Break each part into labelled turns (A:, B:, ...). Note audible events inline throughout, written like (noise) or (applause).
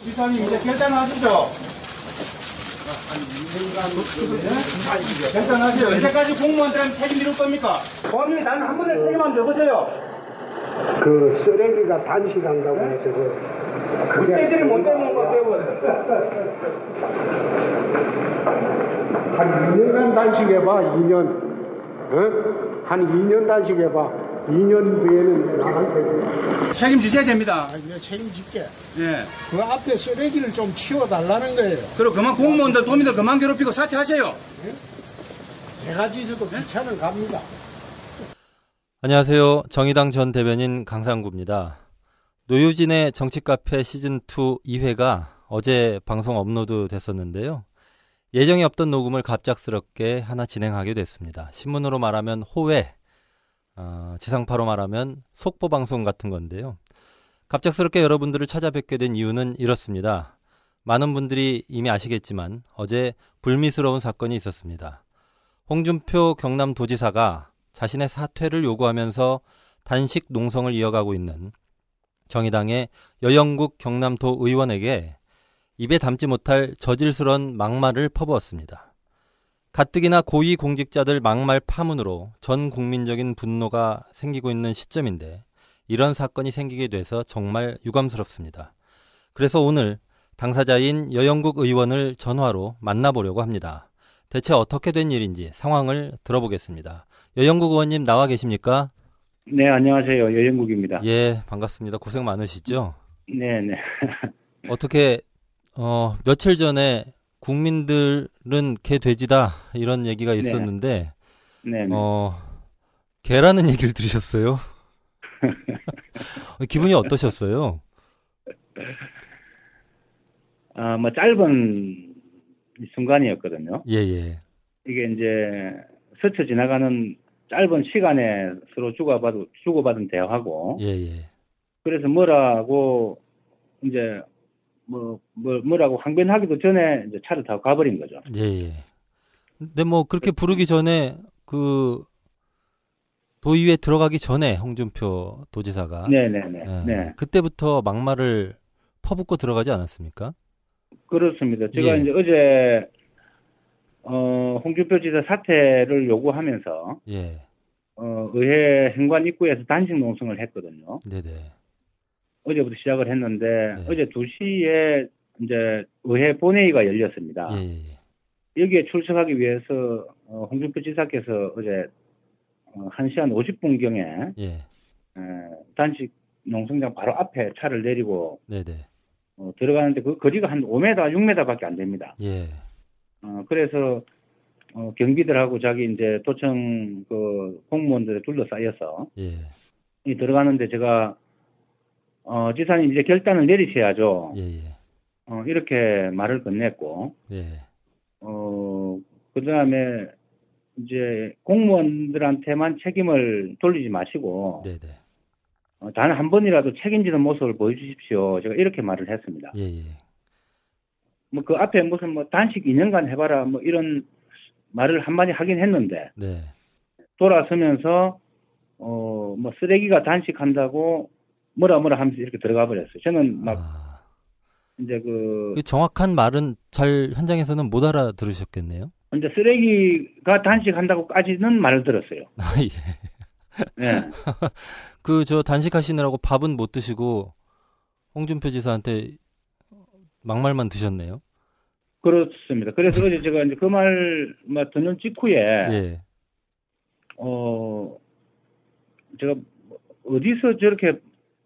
A: 지사님 이제 결단하시죠. 네? 결단하세요. 언제까지 공무원들한테 책임 미룰 겁니까? 범인이 단한 분을 책임 안 져보세요.
B: 그 쓰레기가 단식한다고 해서 그
A: 국제질을 못 해먹은 것 때문에.
B: 한 2년간 단식해봐, 2년. 한 2년 단식해봐. 2년 뒤에는 나한테.
A: 책임지셔야 됩니다.
B: 내가 책임질게.
A: 예.
B: 그 앞에 쓰레기를 좀 치워달라는 거예요.
A: 그리고 그만 공무원들, 도민들 그만 괴롭히고 사퇴하세요.
B: 제가 지어도 귀찮은 갑니다.
C: 안녕하세요. 정의당 전 대변인 강상구입니다. 노유진의 정치카페 시즌2 2회가 어제 방송 업로드 됐었는데요. 예정이 없던 녹음을 갑작스럽게 하나 진행하게 됐습니다. 신문으로 말하면 호회, 어, 지상파로 말하면 속보 방송 같은 건데요. 갑작스럽게 여러분들을 찾아뵙게 된 이유는 이렇습니다. 많은 분들이 이미 아시겠지만 어제 불미스러운 사건이 있었습니다. 홍준표 경남도지사가 자신의 사퇴를 요구하면서 단식 농성을 이어가고 있는 정의당의 여영국 경남도 의원에게 입에 담지 못할 저질스런 막말을 퍼부었습니다. 가뜩이나 고위 공직자들 막말 파문으로 전 국민적인 분노가 생기고 있는 시점인데 이런 사건이 생기게 돼서 정말 유감스럽습니다. 그래서 오늘 당사자인 여영국 의원을 전화로 만나보려고 합니다. 대체 어떻게 된 일인지 상황을 들어보겠습니다. 여영국 의원님 나와 계십니까?
D: 네, 안녕하세요. 여영국입니다.
C: 예, 반갑습니다. 고생 많으시죠?
D: 네, 네.
C: 어떻게 어, 며칠 전에 국민들은 개 돼지다 이런 얘기가 있었는데
D: 네, 네.
C: 어 개라는 얘기를
D: (laughs)
C: 들으셨어요? 기분이 어떠셨어요?
D: 아, 뭐 짧은 이 순간이었거든요.
C: 예, 예.
D: 이게 이제 스쳐 지나가는 짧은 시간에 서로 주고받은 주고받은 대화고
C: 예, 예.
D: 그래서 뭐라고 이제 뭐, 뭐 뭐라고 항변하기도 전에 이제 차를 타고 가버린 거죠.
C: 예, 예. 근데 뭐 그렇게 부르기 전에 그 도의회 들어가기 전에 홍준표 도지사가
D: 네, 네, 네.
C: 예.
D: 네.
C: 그때부터 막말을 퍼붓고 들어가지 않았습니까?
D: 그렇습니다. 제가
C: 예.
D: 이제 어제 어, 홍준표 지사 사퇴를 요구하면서
C: 예.
D: 어, 의회 행관 입구에서 단식 농성을 했거든요.
C: 네, 네.
D: 어제부터 시작을 했는데
C: 네.
D: 어제 2시에 이제 의회 본회의가 열렸습니다.
C: 예, 예, 예.
D: 여기에 출석하기 위해서 어, 홍준표 지사께서 어제 어, 1시간 50분경에 어,
C: 예.
D: 단식 농성장 바로 앞에 차를 내리고
C: 네, 네.
D: 어, 들어가는데 그 거리가 한 5m, 6m밖에 안 됩니다.
C: 예.
D: 어, 그래서 어, 경비들하고 자기 이제 도청 그 공무원들에 둘러싸여서
C: 예.
D: 이 들어가는데 제가 어, 지사님 이제 결단을 내리셔야죠.
C: 예, 예.
D: 어, 이렇게 말을 건넸고,
C: 예.
D: 어, 그 다음에 이제 공무원들한테만 책임을 돌리지 마시고, 어,
C: 네, 네.
D: 단 한 번이라도 책임지는 모습을 보여주십시오. 제가 이렇게 말을 했습니다.
C: 예, 예.
D: 뭐 그 앞에 무슨 뭐 단식 2년간 해봐라 뭐 이런 말을 한마디 하긴 했는데,
C: 네.
D: 돌아서면서, 어, 뭐 쓰레기가 단식한다고 뭐라 뭐라 하면서 이렇게 들어가 버렸어요. 저는 막
C: 아.
D: 이제 그,
C: 그 정확한 말은 잘 현장에서는 못 알아들으셨겠네요. (laughs)
D: 이제 쓰레기가 단식한다고까지는 말을 들었어요.
C: 아, 예.
D: 예.
C: 그 저 단식하시느라고 밥은 못 드시고 홍준표 지사한테 막말만 드셨네요.
D: 그렇습니다. 그래서 어제 제가 이제 그 말 듣는 직후에
C: 예.
D: 어 제가 어디서 저렇게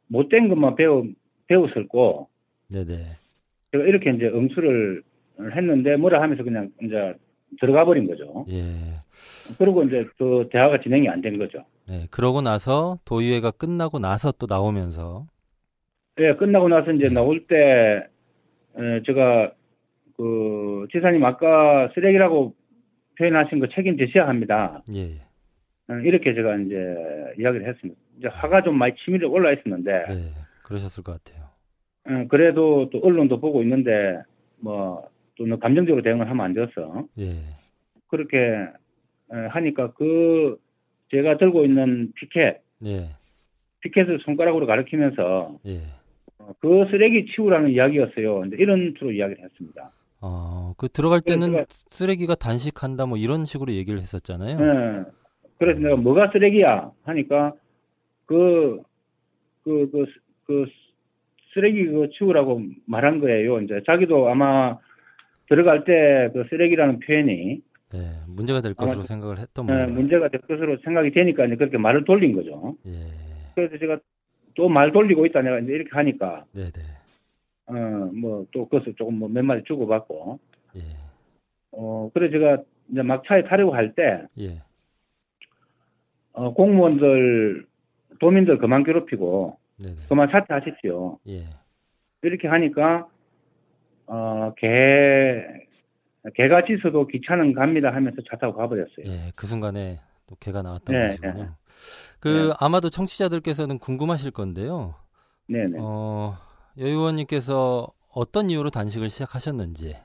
D: 못된 것만 배우 배웠을고
C: 네, 네.
D: 제가 이렇게 이제 응수를 했는데 뭐라 하면서 그냥 이제 들어가 버린 거죠.
C: 예.
D: 그리고 이제 그 대화가 진행이 안 된 거죠.
C: 네. 그러고 나서 도의회가 끝나고 나서 또 나오면서
D: 예, 끝나고 나서 이제 나올 때 에, 제가 그 지사님 아까 쓰레기라고 표현하신 거 책임지셔야 합니다.
C: 예.
D: 어, 이렇게 제가 이제 이야기를 했습니다. 이제 화가 좀 많이 치밀어 올라 있었는데,
C: 네. 그러셨을 것 같아요.
D: 어, 그래도 또 언론도 보고 있는데, 뭐, 또 너무 감정적으로 대응을 하면 안 돼서,
C: 예.
D: 그렇게 어, 하니까 그, 제가 들고 있는 피켓,
C: 예.
D: 피켓을 손가락으로 가리키면서
C: 예.
D: 어, 그 쓰레기 치우라는 이야기였어요. 근데 이런 식으로 이야기를 했습니다.
C: 어, 그 들어갈
D: 그래서
C: 때는
D: 네, 제가-
C: 쓰레기가 단식한다 뭐 이런 식으로 얘기를 했었잖아요.
D: 예. 그래서 내가 뭐가 쓰레기야 하니까 그, 그, 그, 쓰- 그 쓰- 쓰레기 그 치우라고 말한 거예요. 이제 자기도 아마 들어갈 때 그 쓰레기라는 표현이
C: 네, 문제가 될 것으로
D: 아마-
C: 생각을 했던
D: 예,
C: 모양이에요.
D: 문제가 될 것으로 생각이 되니까 이제 그렇게 말을 돌린 거죠.
C: 예,
D: 그래서 제가 또 말 돌리고 있다 내가 이제 이렇게 하니까 어,
C: 네, 네,
D: 어뭐또 그것을 조금 뭐 몇 마디 주고받고
C: 예,
D: 어 그래 제가 이제 막 차에 타려고 할 때
C: 예,
D: 어, 공무원들 도민들 그만 괴롭히고
C: 네, 네,
D: 그만 사퇴하십시오
C: 예,
D: 이렇게 하니까 어개 개가 짖어도 귀찮은 갑니다 하면서 차 타고 가버렸어요.
C: 예, 그 순간에 또 개가 나왔던
D: 네,
C: 것이군요.
D: 네.
C: 그
D: 네.
C: 아마도 청취자들께서는 궁금하실 건데요.
D: 네네
C: 어, 여 의원님께서 어떤 이유로 단식을 시작하셨는지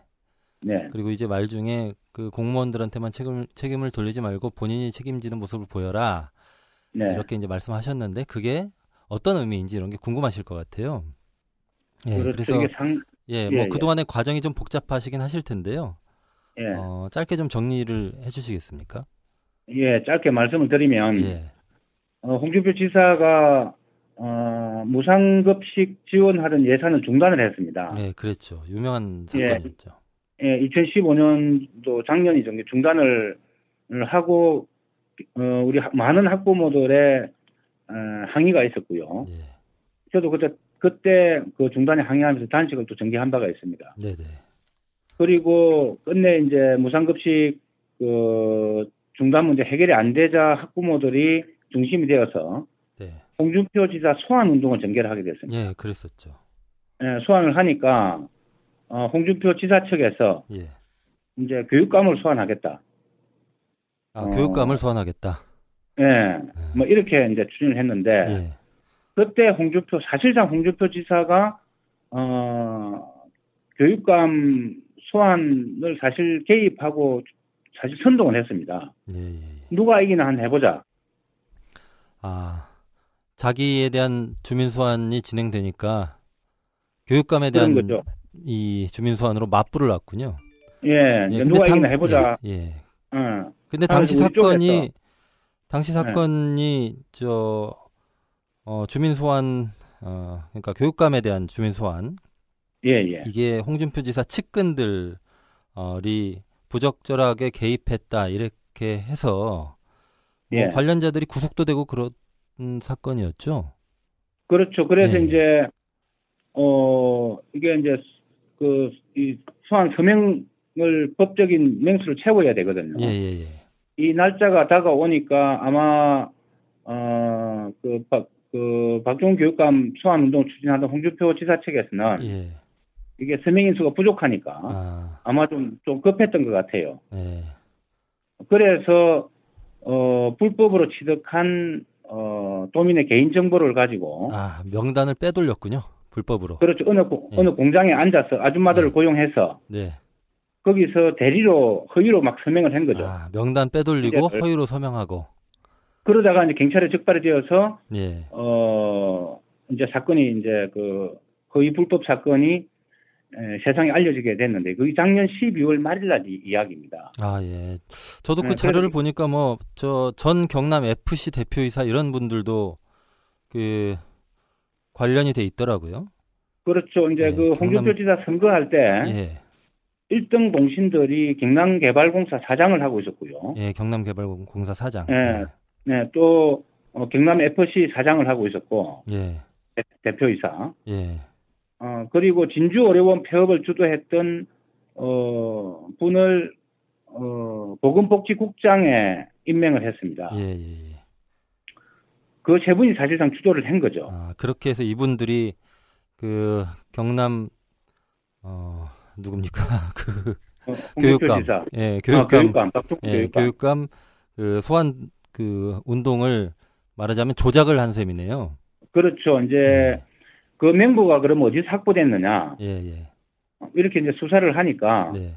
D: 네.
C: 그리고 이제 말 중에 그 공무원들한테만 책임을 책임을 돌리지 말고 본인이 책임지는 모습을 보여라
D: 네.
C: 이렇게 이제 말씀하셨는데 그게 어떤 의미인지 이런 게 궁금하실 것 같아요. 예,
D: 그렇죠.
C: 그래서
D: 이게 상,
C: 예,
D: 예,
C: 뭐
D: 예.
C: 그동안의 과정이 좀 복잡하시긴 하실 텐데요.
D: 예,
C: 어, 짧게 좀 정리를 해주시겠습니까?
D: 예, 짧게 말씀을 드리면,
C: 예,
D: 어, 홍준표 지사가 어, 무상급식 지원하던 예산을 중단을 했습니다.
C: 예, 그랬죠. 유명한
D: 예.
C: 사건이었죠.
D: 예, 2015년도 작년이죠. 이제 중단을 하고 어, 우리 하- 많은 학부모들의 어, 항의가 있었고요.
C: 예,
D: 저도 그때 그때 그 중단에 항의하면서 단식을 또 전개한 바가 있습니다.
C: 네, 네,
D: 그리고 끝내 이제 무상급식 그 중단 문제 해결이 안 되자 학부모들이 중심이 되어서
C: 네,
D: 홍준표 지사 소환 운동을 전개를 하게 됐습니다.
C: 예, 그랬었죠.
D: 예, 소환을 하니까 어, 홍준표 지사 측에서
C: 예,
D: 이제 교육감을 소환하겠다.
C: 아
D: 어.
C: 교육감을 소환하겠다.
D: 예, 뭐 이렇게 이제 추진을 했는데
C: 예,
D: 그때 홍준표 사실상 홍준표 지사가 어 교육감 소환을 사실 개입하고 사실 선동을 했습니다.
C: 예, 예, 예.
D: 누가 이기나 한 해보자.
C: 아 자기에 대한 주민 소환이 진행되니까 교육감에 대한
D: 그런 거죠.
C: 이 주민 소환으로 맞불을 놨군요.
D: 예, 이제 누가 이기나 해보자.
C: 예, 예.
D: 어,
C: 근데
D: 아,
C: 당시
D: 우리
C: 사건이
D: 쪽에서. 네.
C: 당시 사건이 저 어, 주민 소환 어, 그러니까 교육감에 대한 주민 소환
D: 예, 예,
C: 이게 홍준표 지사 측근들이 부적절하게 개입했다 이렇게 해서 뭐
D: 예.
C: 관련자들이 구속도 되고 그런 사건이었죠.
D: 그렇죠. 그래서
C: 예.
D: 이제 어 이게 이제 그 이 소환 서명을 법적인 맹수로 채워야 되거든요.
C: 예, 예, 예.
D: 이 날짜가 다가오니까 아마 어그 그 박종 교육감 소환 운동 을 추진하던 홍준표 지사 측에서는
C: 예.
D: 이게 서명 인수가 부족하니까
C: 아,
D: 아마 좀 좀 급했던 것 같아요.
C: 예.
D: 그래서 어 불법으로 취득한 어 도민의 개인 정보를 가지고
C: 아, 명단을 빼돌렸군요. 불법으로.
D: 어? 그렇죠 어느 고-
C: 예.
D: 어느 공장에 앉아서 아줌마들을
C: 예.
D: 고용해서
C: 네.
D: 거기서 대리로 허위로 막 서명을 한 거죠. 예.
C: 아, 명단 빼돌리고
D: 이제
C: 허위로 서명하고.
D: 그러다가 이제 경찰에 적발이 되어서
C: 예.
D: 어, 이제 사건이 이제 그 거의 불법 사건이 에, 세상에 알려지게 됐는데 그게 작년 12월 말일 날 이- 이야기입니다.
C: 아, 예. 저도 그
D: 네,
C: 자료를
D: 그래서-
C: 보니까 뭐 저 전 경남 FC 대표이사 이런 분들도 그 관련이 돼 있더라고요.
D: 그렇죠. 이제
C: 예,
D: 그
C: 경남-
D: 홍준표 지사 선거할 때
C: 예.
D: 일 1등 공신들이 경남개발공사 사장을 하고 있었고요.
C: 예, 경남개발공사 사장.
D: 예. 어? 네, 또 어, 경남 FC 사장을 하고 있었고
C: 예.
D: 대- 대표이사.
C: 예.
D: 어, 그리고 진주 어려운 폐업을 주도했던 어, 분을 어, 보건복지국장에 임명을 했습니다.
C: 예, 예, 예.
D: 그 세 분이 사실상 주도를 한 거죠.
C: 아, 그렇게 해서 이분들이 그 경남 어 누굽니까? (laughs) 그
D: 어, 홍준표
C: 교육감.
D: 지사.
C: 예,
D: 아,
C: 교육감.
D: 교육감. 박종국
C: 예,
D: 교육감.
C: 교육감 그 소환 그 운동을 말하자면 조작을 한 셈이네요.
D: 그렇죠. 이제 그 명부가 그럼 어디서 확보됐느냐.
C: 예, 예.
D: 이렇게 이제 수사를 하니까
C: 네.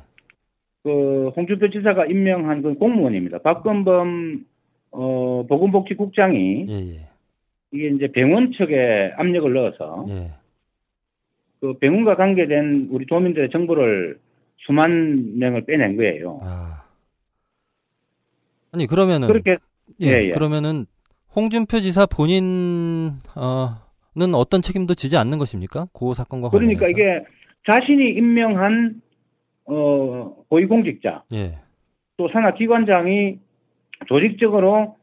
D: 그 홍준표 지사가 임명한 그 공무원입니다. 박건범 어, 보건복지국장이
C: 예, 예.
D: 이게 이제 병원 측에 압력을 넣어서
C: 예.
D: 그 병원과 관계된 우리 도민들의 정보를 수만 명을 빼낸 거예요.
C: 아. 아니 그러면은
D: 그렇게
C: 예,
D: 예, 예.
C: 그러면은 홍준표 지사 본인 어는 어떤 책임도 지지 않는 것입니까? 고 사건과 관련해서.
D: 그러니까 이게 자신이 임명한 어 고위공직자
C: 예.
D: 또 산하기관장이 조직적으로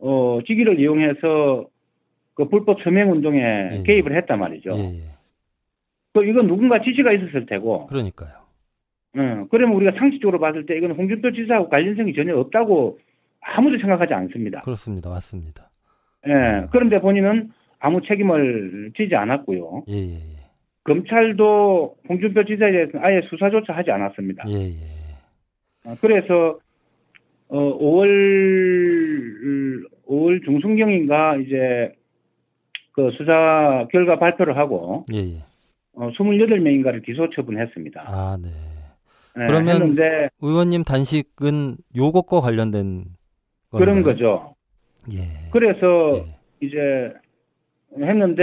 D: 어 직위를 이용해서 그 불법 서명 운동에
C: 예.
D: 개입을 했단 말이죠.
C: 예, 예.
D: 그 이건 누군가 지시가 있었을 테고.
C: 그러니까요.
D: 음, 그러면 우리가 상식적으로 봤을 때 이건 홍준표 지사하고 관련성이 전혀 없다고 아무도 생각하지 않습니다.
C: 그렇습니다. 맞습니다.
D: 예, 그런데 본인은 아무 책임을 지지 않았고요.
C: 예, 예, 예.
D: 검찰도 홍준표 지사에 대해서는 아예 수사조차 하지 않았습니다.
C: 예, 예.
D: 어, 그래서 어 5월 5월 중순경인가 이제 그 수사 결과 발표를 하고
C: 예, 예.
D: 어 28명인가를 기소 처분했습니다.
C: 아, 네.
D: 예,
C: 그러면
D: 했는데
C: 의원님 단식은 요것과 관련된 건가요?
D: 그런 거죠.
C: 예.
D: 그래서
C: 예.
D: 이제 했는데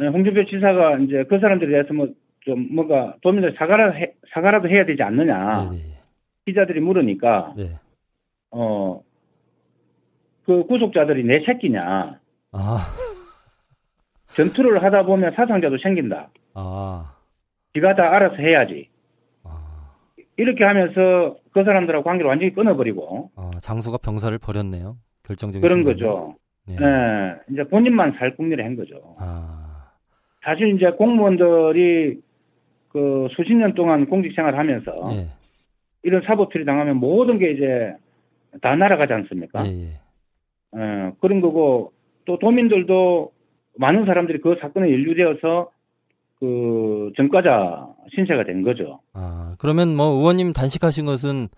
D: 에, 홍준표 지사가 이제 그 사람들에 대해서 뭐 좀 뭔가 도민들 사과라 해, 사과라도 해야 되지 않느냐
C: 예, 예,
D: 기자들이 물으니까
C: 예. 네.
D: 어 그 구속자들이 내 새끼냐
C: 아,
D: 전투를 하다 보면 사상자도 생긴다
C: 아,
D: 지가 다 알아서 해야지
C: 아,
D: 이렇게 하면서 그 사람들하고 관계를 완전히 끊어버리고
C: 아, 장수가 병사를 버렸네요. 결정적인
D: 그런
C: 순간에.
D: 거죠.
C: 네.
D: 예, 이제 본인만 살 궁리를 한 거죠.
C: 아,
D: 사실 이제 공무원들이 그 수십 년 동안 공직 생활하면서
C: 예,
D: 이런 사법처리 당하면 모든 게 이제 다 날아가지 않습니까?
C: 예, 예.
D: 어, 그런 거고 또 도민들도 많은 사람들이 그 사건에 연루되어서 그 전과자 신세가 된 거죠.
C: 아, 그러면 뭐 의원님 단식하신 것은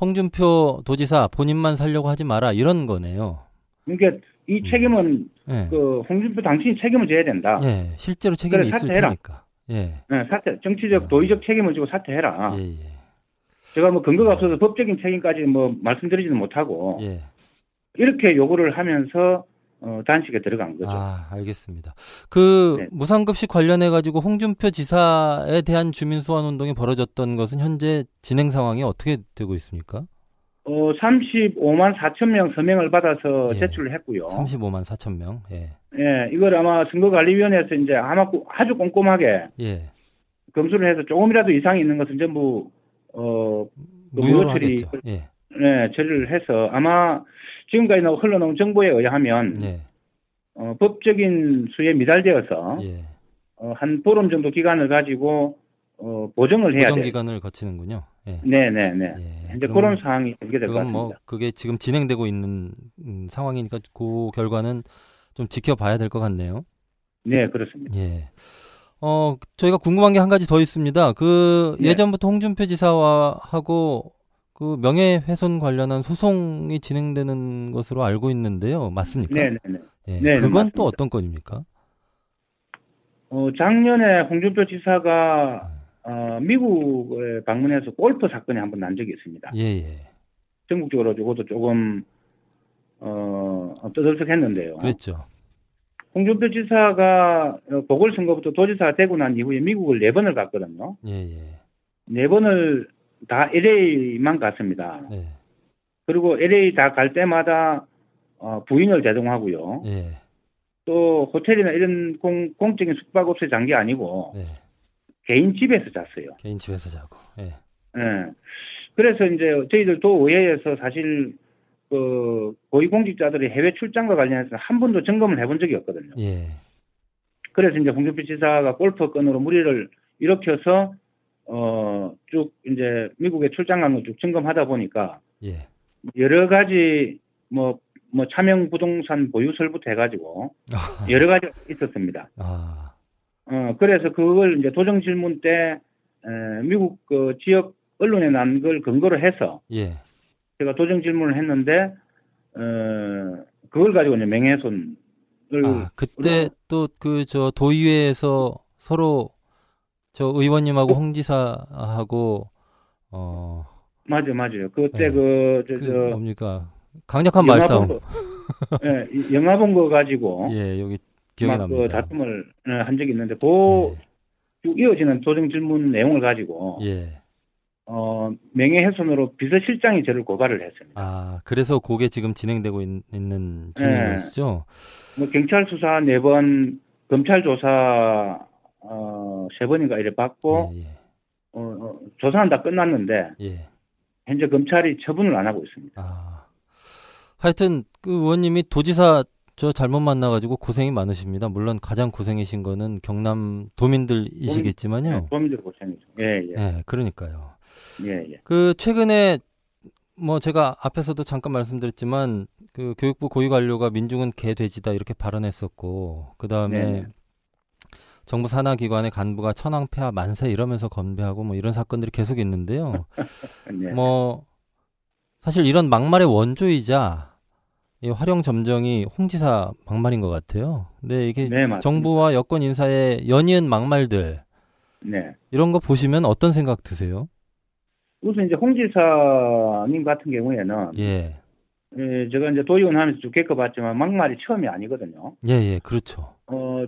C: 홍준표 도지사 본인만 살려고 하지 마라 이런 거네요.
D: 그러니까
C: 음.
D: 이 책임은
C: 예.
D: 그 홍준표 당신이 책임을 져야 된다.
C: 예, 실제로 책임이
D: 그래,
C: 있을
D: 사퇴해라.
C: 테니까. 예.
D: 예, 사퇴, 정치적 도의적 책임을 지고 사퇴해라.
C: 예, 예.
D: 제가 뭐 근거가 없어서 법적인 책임까지 뭐 말씀드리지는 못하고
C: 예.
D: 이렇게 요구를 하면서 어, 단식에 들어간 거죠.
C: 아, 알겠습니다. 그
D: 네.
C: 무상급식 관련해 가지고 홍준표 지사에 대한 주민 소환 운동이 벌어졌던 것은 현재 진행 상황이 어떻게 되고 있습니까?
D: 어, 35만 4천 명 서명을 받아서
C: 예.
D: 제출을 했고요.
C: 35만 4천 명. 예.
D: 예, 이걸 아마 선거관리위원회에서 이제 아마 꾸- 아주 꼼꼼하게
C: 예.
D: 검수를 해서 조금이라도 이상이 있는 것은 전부 어,
C: 무효로
D: 무효 처리-
C: 하겠죠. 예.
D: 예, 처리를 해서 아마 지금까지 나오- 흘러나온 정보에 의하면
C: 예.
D: 어, 법적인 수에 미달되어서
C: 예.
D: 어, 한 보름 정도 기간을 가지고 어, 보정을 해야
C: 보정
D: 돼요.
C: 기간을 거치는군요. 예.
D: 네, 네, 네.
C: 예.
D: 현재
C: 그럼-
D: 그런 상황이 전개될 것
C: 그건
D: 같습니다.
C: 뭐 그게 지금 진행되고 있는 음, 상황이니까 그 결과는 좀 지켜봐야 될 것 같네요.
D: 네, 그렇습니다.
C: 예. 어 저희가 궁금한 게 한 가지 더 있습니다. 그
D: 네.
C: 예전부터 홍준표 지사하고 그 명예훼손 관련한 소송이 진행되는 것으로 알고 있는데요, 맞습니까?
D: 네, 네, 네.
C: 예.
D: 네, 네,
C: 그건
D: 맞습니다.
C: 또 어떤 건입니까?
D: 어, 작년에 홍준표 지사가 어, 미국에 방문해서 골프 사건이 한 번 난 적이 있습니다.
C: 예, 예.
D: 전국적으로 적어도 조금 어, 떠들썩했는데요.
C: 그랬죠.
D: 홍준표 지사가 어, 보궐선거부터 도지사가 되고 난 이후에 미국을 네 번을 갔거든요.
C: 예, 예.
D: 네 번을 다 LA만 갔습니다.
C: 네.
D: 그리고 LA 다 갈 때마다 어, 부인을 대동하고요.
C: 예.
D: 또 호텔이나 이런 공, 공적인 숙박업소에 잔 게 아니고
C: 네.
D: 개인 집에서 잤어요.
C: 개인 집에서 자고. 예.
D: 예. 그래서 이제 저희들 도의회에서 사실 그 고위공직자들의 해외 출장과 관련해서 한 번도 점검을 해본 적이 없거든요.
C: 예.
D: 그래서 이제 홍준표 지사가 골프 건으로 무리를 일으켜서 어쭉 이제 미국에 출장 간 거 쭉 점검하다 보니까
C: 예.
D: 여러 가지 뭐 뭐 차명 부동산
C: (laughs)
D: 보유설부터 해가지고 여러 가지 있었습니다.
C: 아.
D: 어, 그래서 그걸 이제 도정 질문 때 에, 미국 그 지역 언론에 난 걸 근거로 해서
C: 예.
D: 제가 도정 질문을 했는데 어, 그걸 가지고 이제 명예훼손을
C: 아, 그때 또 그 저 도의회에서 서로 저
D: 네.
C: 의원님하고 홍 지사하고 어,
D: 맞아요, 맞아요. 그때
C: 네.
D: 그, 저,
C: 그
D: 저
C: 뭡니까? 강력한
D: 영화
C: 말싸움.
D: 본 거- 예, 이- 영화 본 거 가지고
C: (laughs) 예, 여기 기억이
D: 막 그
C: 어? 납니다.
D: 다툼을 예, 한 적이 있는데 그 쭉 이어지는 조정 질문 내용을 가지고
C: 예.
D: 어, 명예훼손으로 비서실장이 저를 고발을 했습니다.
C: 아, 그래서 그게 지금 진행되고 있, 는 중인
D: 네.
C: 것이죠?
D: 뭐 경찰 수사 네 번, 검찰 조사 어, 세 번인가 이래 받고
C: 예,
D: 어, 어, 조사는 다 끝났는데
C: 예. 예.
D: 현재 검찰이 처분을 안 하고 있습니다.
C: 아. 하여튼 그 의원님이 도지사 저 잘못 만나가지고 고생이 많으십니다. 물론 가장 고생이신 거는 경남 도민들이시겠지만요.
D: 네, 도민들 고생이죠. 예, 예,
C: 예, 그러니까요.
D: 예, 예.
C: 그 최근에 뭐 제가 앞에서도 잠깐 말씀드렸지만 그 교육부 고위 관료가 민중은 개 돼지다 이렇게 발언했었고 그다음에
D: 네.
C: 정부 산하 기관의 간부가 천황 폐하 만세 이러면서 건배하고 뭐 이런 사건들이 계속 있는데요.
D: 네.
C: 뭐 사실 이런 막말의 원조이자 이 활용 점정이 홍지사 막말인 것 같아요. 근데 이게
D: 네, 맞습니다.
C: 정부와 여권 인사의 연이은 막말들
D: 네.
C: 이런 거 보시면 어떤 생각 드세요?
D: 우선 이제 홍 지사님 같은 경우에는
C: 예,
D: 예, 제가 이제 도의원 하면서 쭉 겪어봤지만 막말이 처음이 아니거든요.
C: 예, 예, 그렇죠.
D: 어,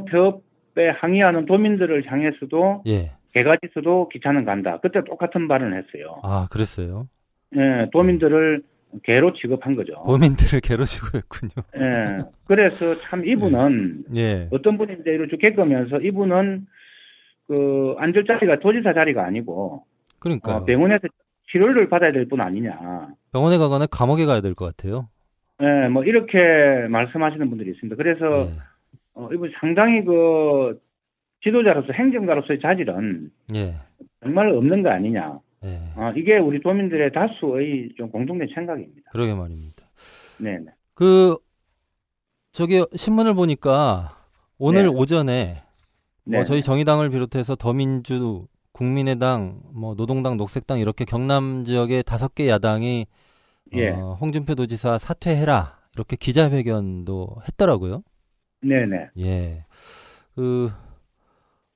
D: 진주어려운법에 항의하는 도민들을 향해서도
C: 예.
D: 개가지서도 기차는 간다. 그때 똑같은 발언을 했어요.
C: 아, 그랬어요.
D: 예, 도민들을 개로 취급한 거죠.
C: 범인들을 괴로시고 했군요.
D: 예, 그래서 참 이분은
C: 예.
D: 어떤 분인데 이렇게 겪으면서 이분은 그 앉을 자리가 도지사 자리가 아니고
C: 그러니까
D: 어, 병원에서 치료를 받아야 될 뿐 아니냐.
C: 병원에 가거나 감옥에 가야 될 것 같아요.
D: 예, 뭐 이렇게 말씀하시는 분들이 있습니다. 그래서
C: 네. 예.
D: 어, 이분 상당히 그 지도자로서 행정가로서의 자질은
C: 예. 예.
D: 정말 없는 거 아니냐.
C: 예.
D: 어, 이게 우리 도민들의 다수의 좀 공통된 생각입니다.
C: 그러게 말입니다.
D: 네, 네.
C: 그 저기 신문을 보니까 오늘
D: 네.
C: 오전에
D: 네.
C: 뭐 저희 정의당을 비롯해서 더민주, 국민의당, 뭐 노동당, 녹색당 이렇게 경남 지역의 다섯 개 야당이
D: 예.
C: 어, 홍준표 도지사 사퇴해라 이렇게 기자회견도 했더라고요.
D: 네, 네.
C: 예. 그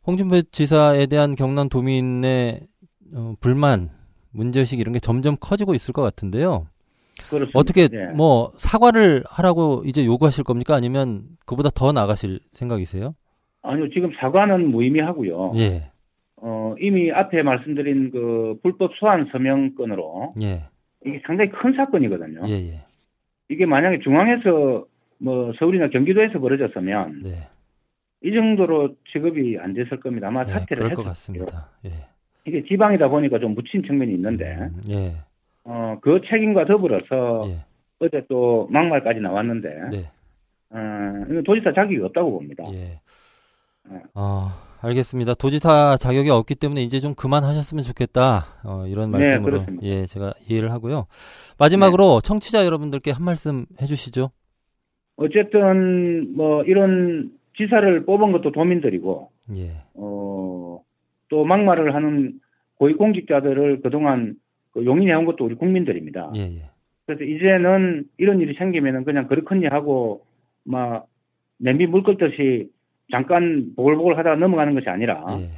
C: 홍준표 지사에 대한 경남 도민의 어, 불만, 문제의식 이런 게 점점 커지고 있을 것 같은데요.
D: 그렇습니다.
C: 어떻게
D: 네.
C: 뭐 사과를 하라고 이제 요구하실 겁니까? 아니면 그보다 더 나가실 생각이세요?
D: 아니요, 지금 사과는 무의미하고요.
C: 예.
D: 어, 이미 앞에 말씀드린 그 불법 소환 서명 건으로
C: 예.
D: 이게 상당히 큰 사건이거든요.
C: 예, 예.
D: 이게 만약에 중앙에서 뭐 서울이나 경기도에서 벌어졌으면
C: 네.
D: 이 정도로 취급이 안 됐을 겁니다. 아마
C: 예,
D: 사퇴를
C: 그럴 것
D: 했을 거예요.
C: 같습니다. 예.
D: 이게 지방이다 보니까 좀 묻힌 측면이 있는데
C: 음, 예.
D: 어, 그 책임과 더불어서
C: 예.
D: 어제 또 막말까지 나왔는데
C: 네.
D: 어, 이건 도지사 자격이 없다고 봅니다.
C: 예.
D: 뭐. 네.
C: 어, 알겠습니다. 도지사 자격이 없기 때문에 이제 좀 그만하셨으면 좋겠다. 어, 이런
D: 네,
C: 말씀으로
D: 그렇습니다. 네.
C: 예, 제가 이해를 하고요. 마지막으로 청취자 여러분들께 한 말씀 해주시죠.
D: 어쨌든 뭐 이런 지사를 뽑은 것도 도민들이고
C: 예,
D: 어, 또 막말을 하는 고위공직자들을 그동안 그 용인해온 것도 우리 국민들입니다.
C: 예, 예,
D: 그래서 이제는 이런 일이 생기면은 그냥 그렇겠니 하고 막 냄비 물 끓듯이 잠깐 보글보글 하다 넘어가는 것이 아니라
C: 예,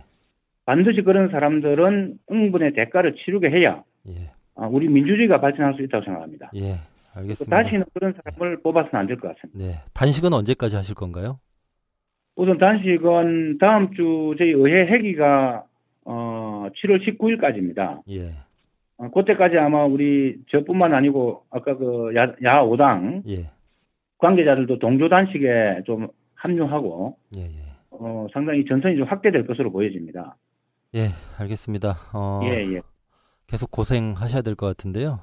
D: 반드시 그런 사람들은 응분의 대가를 치르게 해야
C: 예,
D: 아, 우리 민주주의가 발전할 수 있다고 생각합니다.
C: 예. 알겠습니다.
D: 다시는 그런 사람을 뽑아서는 안 될 것 같습니다.
C: 네, 단식은 언제까지 하실 건가요?
D: 우선 단식은 다음 주 저희 의회 회기가 어, 7월 19일까지입니다.
C: 예,
D: 어, 그때까지 아마 우리 저뿐만 아니고 아까 그 야, 야 5당
C: 예, 예,
D: 관계자들도 동조 단식에 좀 합류하고
C: 예.
D: 어, 상당히 전선이 좀 확대될 것으로 보여집니다.
C: 예, 알겠습니다. 어,
D: 예, 예.
C: 계속 고생하셔야 될 것 같은데요.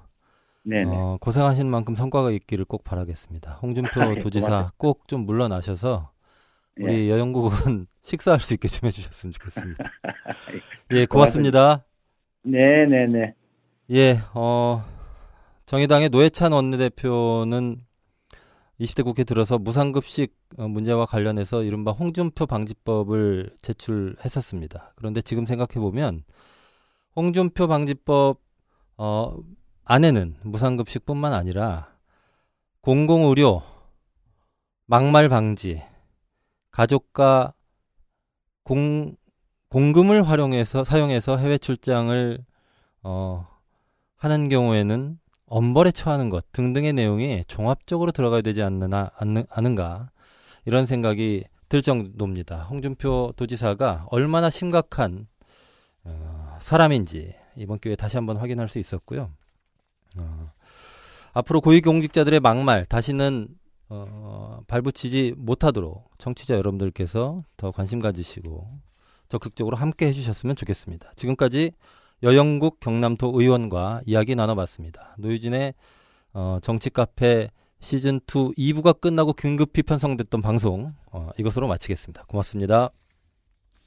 D: 네, 네.
C: 어, 고생하신 만큼 성과가 있기를 꼭 바라겠습니다. 홍준표
D: (laughs) 예,
C: 도지사
D: 고맙습니다.
C: 꼭 좀 물러나셔서
D: 예.
C: 우리 여영국은 (laughs) 식사할 수 있게 좀 해주셨으면
D: (laughs)
C: 좋겠습니다. 예, 고맙습니다.
D: 네, 네, 네.
C: 예, 어, 정의당의 노회찬 원내대표는 20대 국회 들어서 무상급식 어, 문제와 관련해서 이른바 홍준표 방지법을 제출했었습니다. 그런데 지금 생각해보면 홍준표 방지법 어, 안에는 무상급식뿐만 아니라 공공의료, 막말 방지, 가족과 공, 공금을 활용해서 사용해서 해외 출장을 어, 하는 경우에는 엄벌에 처하는 것 등등의 내용이 종합적으로 들어가야 되지 않느나 않는, 않은가 이런 생각이 들 정도입니다. 홍준표 도지사가 얼마나 심각한 어, 사람인지 이번 기회에 다시 한번 확인할 수 있었고요. 어, 앞으로 고위공직자들의 막말 다시는 어, 발붙이지 못하도록 청취자 여러분들께서 더 관심 가지시고 적극적으로 함께 해주셨으면 좋겠습니다. 지금까지 여영국 경남도 의원과 이야기 나눠봤습니다. 노유진의 어, 정치 카페 시즌 2 2부가 끝나고 긴급히 편성됐던 방송 어, 이것으로 마치겠습니다. 고맙습니다.